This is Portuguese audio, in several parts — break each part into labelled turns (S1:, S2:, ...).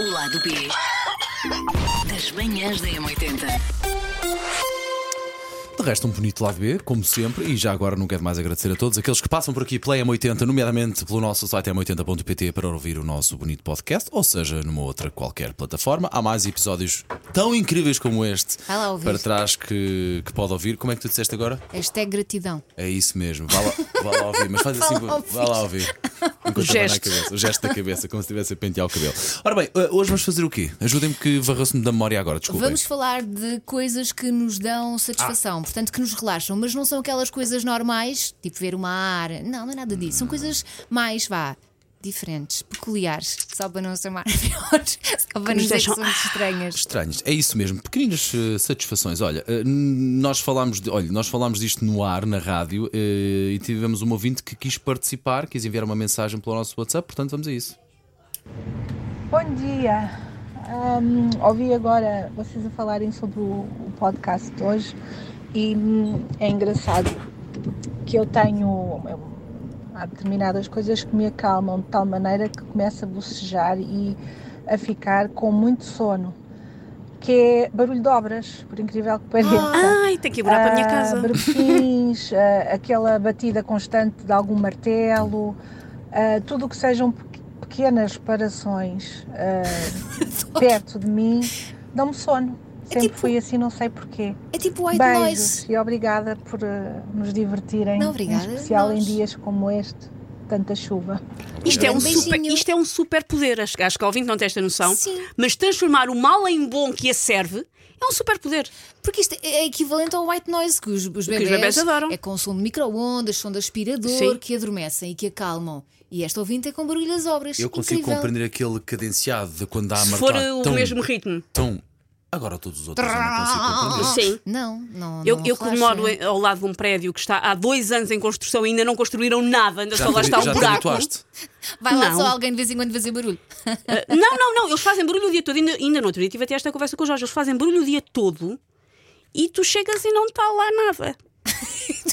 S1: O lado B das manhãs da M80.
S2: De resto, um bonito lado B, como sempre, e já agora não quero mais agradecer a todos aqueles que passam por aqui pela M80, nomeadamente pelo nosso site m80.pt para ouvir o nosso bonito podcast, ou seja, numa outra qualquer plataforma. Há mais episódios tão incríveis como este
S3: Vai lá ouvir.
S2: para trás que, que pode ouvir. Como é que tu disseste agora?
S3: Hashtag gratidão.
S2: É isso mesmo, vá lá, vá lá ouvir, mas faz assim,
S3: Vá lá
S2: vá lá ouvir. Enquanto a mão na
S4: gesto.
S2: cabeça, o gesto da cabeça, como se estivesse a pentear o cabelo. Ora bem, eh, hoje vamos fazer o quê? Ajudem-me que varreu-se-me da memória agora, desculpem.
S3: Vamos falar de coisas que nos dão satisfação, portanto que nos relaxam, mas não são aquelas coisas normais, tipo ver o mar. Não, não é nada disso. São coisas mais, vá, diferentes, peculiares, só para não chamar piores, só para
S4: nos
S3: nos dizer
S4: deixam-
S3: que somos estranhas.
S2: Estranhos, é isso mesmo, pequeninas eh, satisfações. Olha, eh, n- nós falámos, de, olha, nós falámos disto no ar, na rádio, eh, e tivemos um ouvinte que quis participar, quis enviar uma mensagem pelo nosso WhatsApp, portanto vamos a isso.
S5: Bom dia. Ahm, ouvi agora vocês a falarem sobre o, o podcast de hoje e hum, é engraçado que eu tenho. eu- há determinadas coisas que me acalmam de tal maneira que começo a bocejar e a ficar com muito sono, que é barulho de obras, por incrível que pareça.
S4: Ai, tem que ir morar para a minha
S5: Ah,
S4: casa.
S5: berbequins, ah, aquela batida constante de algum martelo, ah, tudo o que sejam pe- pequenas reparações ah, perto de mim dão-me sono.
S4: É
S5: Sempre
S3: tipo-
S5: foi assim, não sei porquê.
S3: É tipo white
S5: Beijos
S3: noise.
S5: e obrigada por ah, nos divertirem,
S3: Não, obrigada,
S5: em especial em
S3: nós. dias
S5: dias como este, tanta chuva.
S4: Isto é, um
S3: Beijinho.
S4: super, isto é um super poder. Acho, acho que ao ouvinte não tem esta noção.
S3: Sim.
S4: Mas transformar o mal em bom que a serve é um super poder.
S3: Porque isto é equivalente ao white noise que os, os
S4: os
S3: bebés,
S4: bebés adoram.
S3: É com som de micro-ondas, som de aspirador
S4: Sim.
S3: que adormecem e que acalmam. E esta ouvinte é com barulho das obras.
S2: Eu consigo
S3: Incrível. eh,
S2: compreender aquele cadenciado de quando há a
S4: Se
S2: marcar
S4: for uh, o
S2: tão,
S4: mesmo ritmo.
S2: tão- Agora todos os outros eu não consigo compreender.
S4: Sim.
S3: Não, não. é.
S4: Eu,
S3: não
S4: eu que
S3: relaxa.
S4: moro em- ao lado de um prédio que está há dois anos em construção e ainda não construíram nada, ainda só lá
S2: te-
S4: está
S2: já
S4: um
S2: te
S4: buraco.
S2: habituaste?
S3: Vai lá
S4: Não.
S3: só alguém de vez em quando fazer barulho.
S4: Ah, não, não, não, eles fazem barulho o dia todo. Ainda, ainda no outro dia tive até esta conversa com o Jorge. Eles fazem barulho o dia todo e tu chegas e não está lá nada.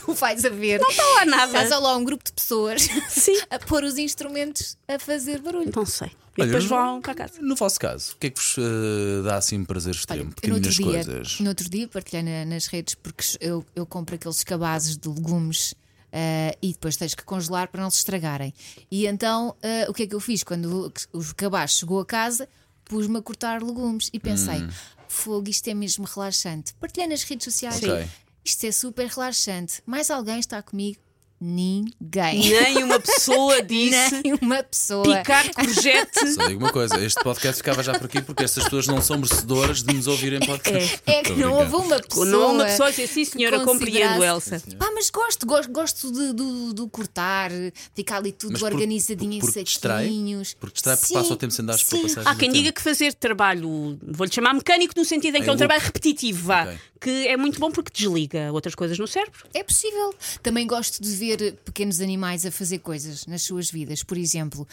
S3: tu vais a ver.
S4: Não está lá
S3: Faz
S4: nada.
S3: ao lá um grupo de pessoas
S4: Sim.
S3: a pôr os instrumentos a fazer barulho.
S4: Não sei. E
S2: Olha,
S4: depois
S2: eu-
S4: vão para casa.
S2: No vosso caso, o que é que vos eh, dá assim prazer
S3: Olha,
S2: extremo?
S3: eu no outro
S2: Pequeninas
S3: dia,
S2: coisas.
S3: No outro dia partilhei na- nas redes porque eu, eu compro aqueles cabazes de legumes ah, e depois tens que congelar para não se estragarem. E então ah, o que é que eu fiz? Quando o, o cabaz chegou a casa, pus-me a cortar legumes e pensei:
S2: Hum.
S3: fogo, isto é mesmo relaxante. Partilhei nas redes sociais.
S2: Ok.
S3: Isto é super relaxante. Mais alguém está comigo? Ninguém.
S4: Nem uma pessoa disse
S3: Nem uma pessoa.
S4: picar courgette.
S2: Só digo uma coisa, este podcast ficava já por aqui porque estas pessoas não são merecedoras de nos ouvirem podcast.
S3: É
S2: Tô
S3: que não
S2: brincando.
S3: houve uma pessoa.
S4: Não há uma pessoa a dizer sim,
S3: que
S4: senhora, compreendo,
S3: considerasse-
S4: Elsa.
S3: Pá, mas gosto, gosto, gosto de, do, do cortar, ficar ali tudo
S2: Mas por-
S3: organizadinho
S2: por- porque
S3: em
S2: distrai?
S3: saquinhos.
S2: Porque distrai, porque
S3: Sim,
S2: passa o tempo sem dar para
S3: sim.
S2: passar.
S4: Há quem diga que fazer trabalho, vou-lhe chamar mecânico no sentido em que é um
S2: Em
S4: trabalho
S2: loop.
S4: repetitivo, vá,
S2: Ok.
S4: que é muito bom porque desliga outras coisas no cérebro.
S3: É possível. Também gosto de ver pequenos animais a fazer coisas nas suas vidas. Por exemplo,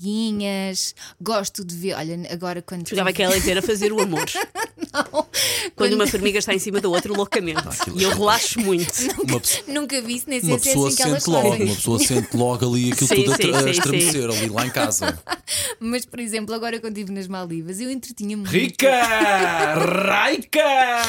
S3: formiguinhas. Gosto de ver. Olha, agora quando.
S4: Jogava
S3: tive-
S4: aquela dizer é a fazer o amor. Quando uma formiga está em cima da outra loucamente.
S2: Ah,
S4: E eu relaxo muito.
S2: Uma, pe-
S3: Nunca vi isso, nem sei
S2: uma
S3: se é
S2: pessoa
S3: assim que elas
S2: sente logo,
S3: fazem.
S2: uma pessoa sente logo ali aquilo
S4: Sim,
S2: tudo a,
S4: sim,
S2: a
S4: sim,
S2: estremecer ali lá em casa.
S3: Mas, por exemplo, agora quando estive nas Maldivas, eu entretinha-me muito.
S2: Raica!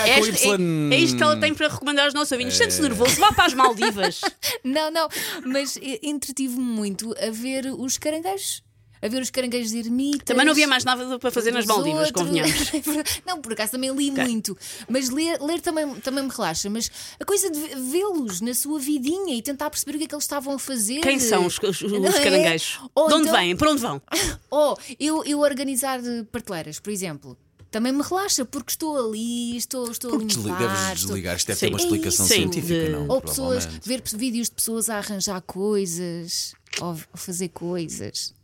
S4: Esta- é, é isto que ela tem para recomendar aos nossos
S2: É.
S4: ouvintes. Sente-se nervoso, vá para as Maldivas.
S3: Não, não, mas eh, entretive-me muito a ver os caranguejos. A ver os caranguejos ermitas.
S4: Também não havia mais nada para fazer nas
S3: dos
S4: Maldivas,
S3: outros. É
S4: convenhamos.
S3: não, por acaso também li muito. Mas ler, ler também, também me relaxa. Mas a coisa de vê- vê-los na sua vidinha e tentar perceber o que é que eles estavam a fazer.
S4: Quem são os, os- os
S3: Não é?
S4: caranguejos?
S3: Ou
S4: de onde
S3: então-
S4: vêm? Para onde vão?
S3: Ou oh, eu, eu organizar eh, prateleiras, por exemplo. Também me relaxa, porque estou ali, estou, estou a
S2: Porque desli-
S3: limpar.
S2: deves
S3: estou-
S2: desligar, isto deve
S4: Sim.
S2: ter uma explicação
S4: Sim.
S2: científica,
S4: De-
S2: não?
S3: Ou pessoas,
S2: provavelmente.
S3: ver vídeos de pessoas a arranjar coisas, ou v- fazer coisas.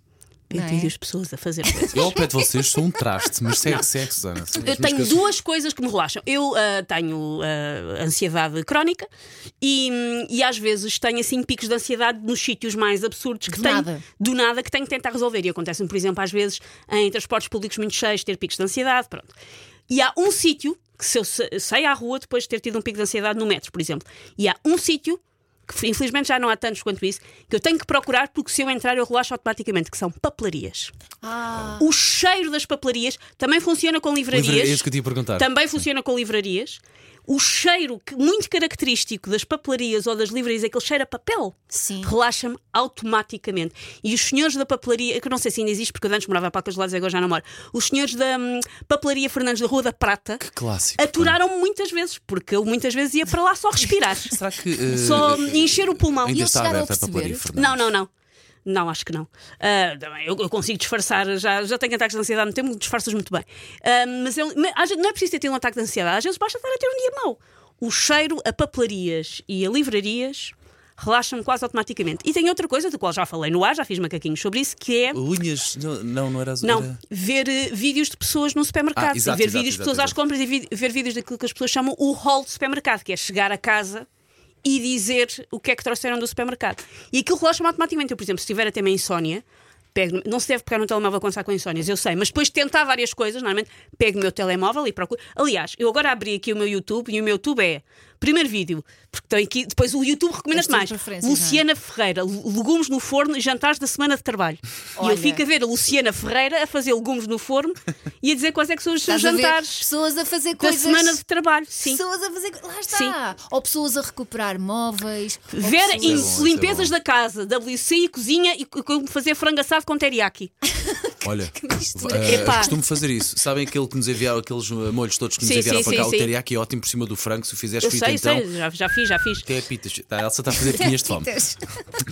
S3: Não é?
S4: Eu as pessoas a fazer coisas.
S2: Eu ao pé de vocês sou um traste, mas segue, segue, Susana.
S4: Eu tenho duas coisas que me relaxam. Eu ah, tenho ah, ansiedade crónica e, hum, e às vezes tenho assim picos de ansiedade nos sítios mais absurdos que
S3: Do
S4: tenho
S3: nada.
S4: do nada que tenho que tentar resolver. E acontece-me, por exemplo, às vezes em transportes públicos muito cheios, ter picos de ansiedade, pronto. E há um sítio que se eu sa- saio à rua depois de ter tido um pico de ansiedade no metro, por exemplo, e há um sítio que infelizmente já não há tantos quanto isso, que eu tenho que procurar porque se eu entrar eu relaxo automaticamente, que são papelarias.
S3: Ah,
S4: O cheiro das papelarias também funciona com livrarias.
S2: Livraria- é isso que eu te ia perguntar.
S4: Também funciona com livrarias. O cheiro que- muito característico das papelarias ou das livrarias, aquele cheiro a papel,
S3: Sim.
S4: relaxa-me automaticamente. E os senhores da papelaria, que eu não sei se ainda existe, porque eu antes morava para aqueles lados e agora já não moro, os senhores da hum, papelaria Fernandes da Rua da Prata
S2: Que clássico.
S4: aturaram-me muitas vezes, porque eu muitas vezes ia para lá só respirar,
S2: Será que. eh,
S4: só encher o pulmão.
S2: Ainda
S3: eles
S2: está
S3: chegaram a
S2: aberta a
S3: perceber?
S2: papelaria, Fernando.
S4: Não, não, não. Não, acho que não. Ah, também, eu, eu consigo disfarçar, já, já tenho ataques de ansiedade, não tenho, disfarças muito bem. Ah, mas eu- mas às vezes não é preciso ter tido um ataque de ansiedade, às vezes basta estar a ter um dia mau. O cheiro a papelarias e a livrarias relaxa-me quase automaticamente. E tem outra coisa, da qual já falei no ar, já fiz macaquinhos sobre isso, que é.
S2: Unhas. Não, não, não era azul.
S4: Não,
S2: era-
S4: ver eh, vídeos de pessoas no supermercado.
S2: Ah, exato,
S4: e ver
S2: exato,
S4: vídeos de
S2: exato,
S4: pessoas às
S2: exato.
S4: compras e vi- ver vídeos daquilo que as pessoas chamam o hall do supermercado, que é chegar a casa e dizer o que é que trouxeram do supermercado. E aquilo relaxa-me automaticamente. Eu, por exemplo, se tiver até uma insónia, pego, não se deve pegar no telemóvel quando está com insónias, eu sei, mas depois de tentar várias coisas, normalmente pego o meu telemóvel e procuro. Aliás, eu agora abri aqui o meu YouTube e o meu YouTube é primeiro vídeo, porque tem aqui, depois o YouTube
S3: As
S4: recomenda-te
S3: tuas
S4: mais.
S3: preferências, não é?
S4: Luciana Ferreira, le- legumes no forno, e jantares da semana de trabalho. E
S3: Olha.
S4: eu fico a ver a Luciana Ferreira a fazer legumes no forno e a dizer quais é que são os seus
S3: estás a ver
S4: jantares
S3: Pessoas a fazer
S4: da
S3: coisas.
S4: semana de trabalho. Sim.
S3: Pessoas a fazer. co- Lá está. Ou pessoas a recuperar móveis. ou
S4: Ver
S3: pessoas-
S4: em
S2: Isso é bom,
S4: limpezas
S2: isso é
S4: da casa, WC e cozinha e co- como fazer frango assado com teriyaki.
S2: Olha,
S3: mistura.
S2: eh,
S4: Epá.
S2: costumo fazer isso. Sabem aquele que nos enviaram, aqueles eh, molhos todos que nos
S4: Sim,
S2: enviaram
S4: sim,
S2: para cá?
S4: sim,
S2: O
S4: sim.
S2: teriyaki é ótimo por cima do frango. Se o fizeres
S4: Eu
S2: frito,
S4: sei,
S2: então.
S4: sei, já, já fiz, já fiz.
S2: Até pitas. Tá, A Elsa está a fazer pinhas de fome.
S3: Pitas.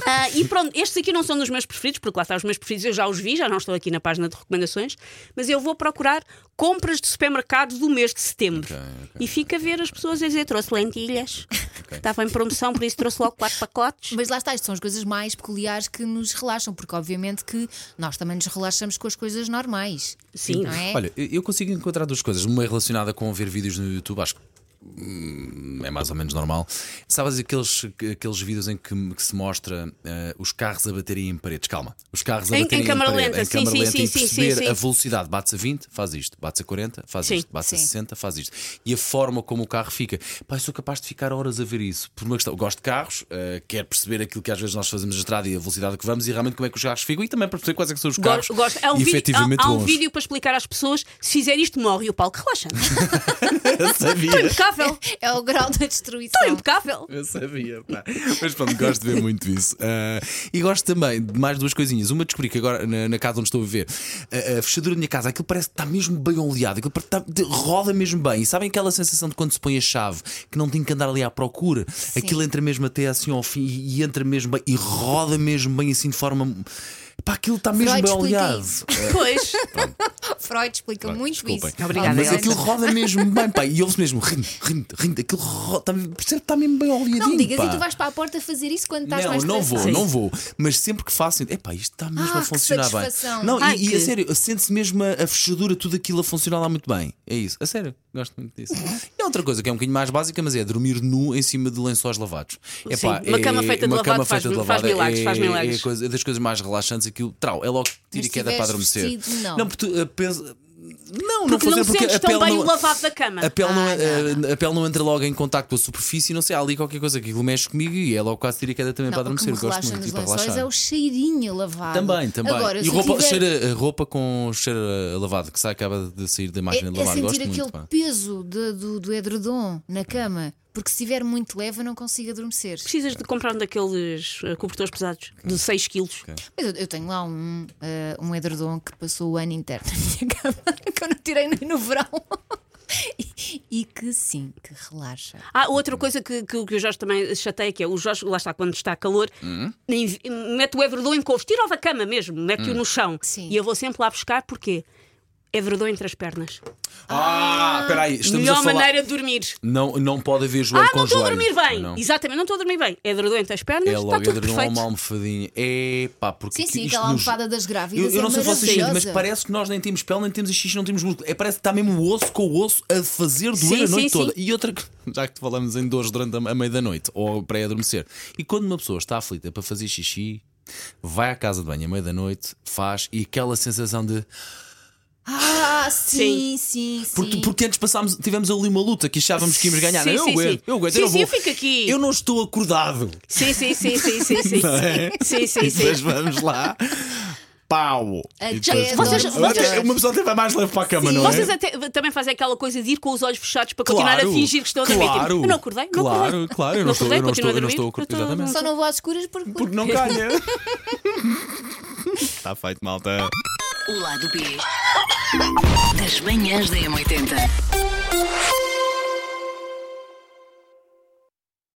S4: Ah, e pronto, estes aqui não são dos meus preferidos, porque lá está os meus preferidos, eu já os vi, já não estão aqui na página de recomendações, mas eu vou procurar compras de supermercados do mês de setembro. E fico a ver as pessoas a dizer: trouxe lentilhas, que estava em promoção, por isso trouxe logo quatro pacotes.
S3: Mas lá está, isto são as coisas mais peculiares que nos relaxam, porque obviamente que nós também nos relaxamos com as coisas normais.
S4: Sim.
S3: não é?
S2: Olha, eu- eu consigo encontrar duas coisas. Uma é relacionada com ver vídeos no YouTube, acho que hum, é mais ou menos normal. Sabes aqueles, aqueles vídeos em que, que se mostra eh, os carros a baterem em paredes? Calma, os carros a
S4: Em- em
S2: baterem em,
S4: câmara
S2: parede,
S4: lenta,
S2: em
S4: sim,
S2: câmara
S4: sim,
S2: lenta
S4: sim,
S2: e
S4: sim, sim,
S2: perceber
S4: sim.
S2: a velocidade. Bates a 20, faz isto. Bates a 40, faz
S4: Sim.
S2: isto. Bates a
S3: Sim.
S2: 60, faz isto. E a forma como o carro fica. Pá, eu sou capaz de ficar horas a ver isso. Por uma questão, gosto de carros, eh, quero perceber aquilo que às vezes nós fazemos na estrada e a velocidade que vamos e realmente como é que os carros ficam e também para perceber quais é que são os carros.
S4: Gosto, gosto. Há um, vídeo,
S2: efetivamente
S4: há, há um
S2: bons.
S4: vídeo para explicar às pessoas: se fizer isto, morre. E o Paulo, relaxa.
S2: Eu sabia.
S4: Impecável.
S3: É o grau da destruição.
S4: Estou impecável.
S2: Eu sabia, pá. Mas pronto, gosto de ver muito isso. Ah, e gosto também de mais duas coisinhas. Uma descobri que agora na, na casa onde estou a viver, a, a fechadura da minha casa, aquilo parece que está mesmo bem oleado, aquilo parece que está- de- roda mesmo bem. E sabem aquela sensação de quando se põe a chave, que não tem que andar ali à procura, aquilo entra mesmo até assim ao fim e, e entra mesmo bem e roda mesmo bem assim de forma. Pá, aquilo está mesmo
S3: Freud
S2: bem
S3: explica
S2: oleado.
S3: isso.
S4: Pois.
S3: Freud explica muito
S2: Desculpem. Ah,
S3: isso.
S4: Obrigada,
S2: Mas
S4: Elsa.
S2: aquilo roda mesmo bem, pá. E ouve-se mesmo rindo, rindo, rindo. Aquilo roda, percebe que está mesmo bem oleadinho.
S3: Não digas
S2: pá.
S3: e tu vais para a porta fazer isso quando estás
S2: Não,
S3: mais
S2: não
S3: estressado.
S2: vou, não vou. Mas sempre que faço, epá, isto está mesmo
S3: Ah,
S2: a
S3: que
S2: funcionar bem.
S3: satisfação.
S2: Não, e-
S4: Ai,
S2: e, a
S4: que-
S2: sério, sente-se mesmo a, a fechadura, tudo aquilo a funcionar lá muito bem. É isso, a sério, gosto muito disso.
S4: Uhum.
S2: E outra coisa que é um bocadinho mais básica, mas é dormir nu em cima de lençóis lavados. Epá, é
S4: Sim, uma cama feita de
S2: uma
S4: lavado
S2: cama
S4: faz-
S2: feita de
S4: faz
S2: lavado é-
S4: milagres, faz milagres.
S2: É, coisa- é das coisas mais relaxantes, aquilo, trau, é logo tiro
S3: Mas
S2: e
S3: se
S2: queda para
S3: tiveres
S2: adormecer.
S3: vestido, não.
S2: porque tu, eh, pensa- Não,
S4: Porque
S2: não, vou
S4: não
S2: dizer, porque
S4: sentes
S2: a
S4: tão
S2: pele
S4: bem
S2: não-
S4: o lavado da cama.
S2: A pele, não,
S3: Ah,
S2: eh, a pele não entra logo em contacto com a superfície, não sei, há ali qualquer coisa que aquilo mexe comigo e é logo quase tiro e queda também
S3: Não,
S2: para
S3: o que
S2: adormecer.
S3: me
S2: Gosto
S3: relaxa
S2: muito
S3: nos
S2: e para
S3: lençóis
S2: relaxar.
S3: é o cheirinho lavado.
S2: Também, também.
S3: Agora,
S2: e
S3: se
S2: roupa,
S3: tiver-
S2: cheira- roupa com um cheiro a lavado, que sai, acaba de sair da máquina de
S3: é, é
S2: lavar.
S3: sentir
S2: Gosto
S3: aquele
S2: muito. pá.
S3: peso de- do, do edredom na cama, porque se estiver muito leve eu não consigo adormecer.
S4: Precisas de comprar um daqueles eh, cobertores pesados de 6 quilos.
S3: Mas eu, eu tenho lá um, eh, um edredom que passou o ano inteiro na minha cama, que eu não tirei nem no verão. E, e que sim, que relaxa.
S4: Ah, outra coisa que, que, que o Jorge também chateia, que é o Jorge, lá está, quando está calor,
S2: Hum?
S4: em- mete o edredom em couves, tira-o da cama mesmo,
S2: Hum.
S4: mete-o no chão.
S3: Sim.
S4: E eu vou sempre lá buscar, porquê? Edredom entre as pernas.
S2: Ah, peraí, estamos
S4: Melhor
S2: a falar.
S4: maneira de dormir.
S2: Não, não pode haver joelho
S4: Ah,
S2: com
S4: não estou a
S2: joelho.
S4: dormir bem!
S2: Não.
S4: Exatamente, não estou a dormir bem. Edredom entre as pernas,
S2: É
S4: está
S2: logo
S4: tudo
S2: edredom a
S4: perfeito.
S2: uma almofadinha. É pá, porque
S3: Sim,
S2: que
S3: sim,
S2: isto
S3: aquela
S2: nos-
S3: almofada das
S2: Eu,
S3: grávidas.
S2: eu não
S3: é
S2: sei vocês sentem, mas
S3: maravilhosa.
S2: parece que nós nem temos pele, nem temos xixi, não temos músculo. É, parece que está mesmo o osso com o osso a fazer doer
S4: Sim,
S2: a noite
S4: sim,
S2: toda.
S4: sim.
S2: E outra, que- já que falamos em dores durante a, a meia da noite ou pré-adormecer, e quando uma pessoa está aflita para fazer xixi, vai à casa de banho à meia da noite, faz e aquela sensação de.
S3: Ah, sim, sim, sim.
S2: Porque, porque antes passámos, tivemos ali uma luta que achávamos que íamos ganhar.
S4: Sim,
S2: eu
S4: sim,
S2: aguento,
S4: sim.
S2: eu aguento,
S4: Sim,
S2: eu não
S4: sim,
S2: vou.
S4: eu fico aqui.
S2: Eu não estou acordado.
S4: Sim, sim, sim, sim, sim, sim.
S2: não é?
S4: Sim, sim,
S2: E depois
S4: sim.
S2: vamos lá. Pau!
S3: Até
S2: E depois-
S3: vocês-
S2: Até-
S3: vocês-
S2: Uma pessoa até vai mais leve para a cama, não é?
S4: Vocês até, também fazem aquela coisa de ir com os olhos fechados para
S2: Claro,
S4: continuar a fingir que estão a dormir.
S2: claro,
S4: Tipo, Eu não acordei, não
S2: claro,
S4: acordei.
S2: claro, eu não estou-
S4: acordei,
S2: eu não
S4: continuo
S2: estou- eu não
S4: a dormir,
S2: estou a acordar,
S4: eu
S2: exatamente.
S3: Só não vou às escuras porque.
S2: Porque não ganha. Está feito, malta.
S1: O lado B das manhãs da M80.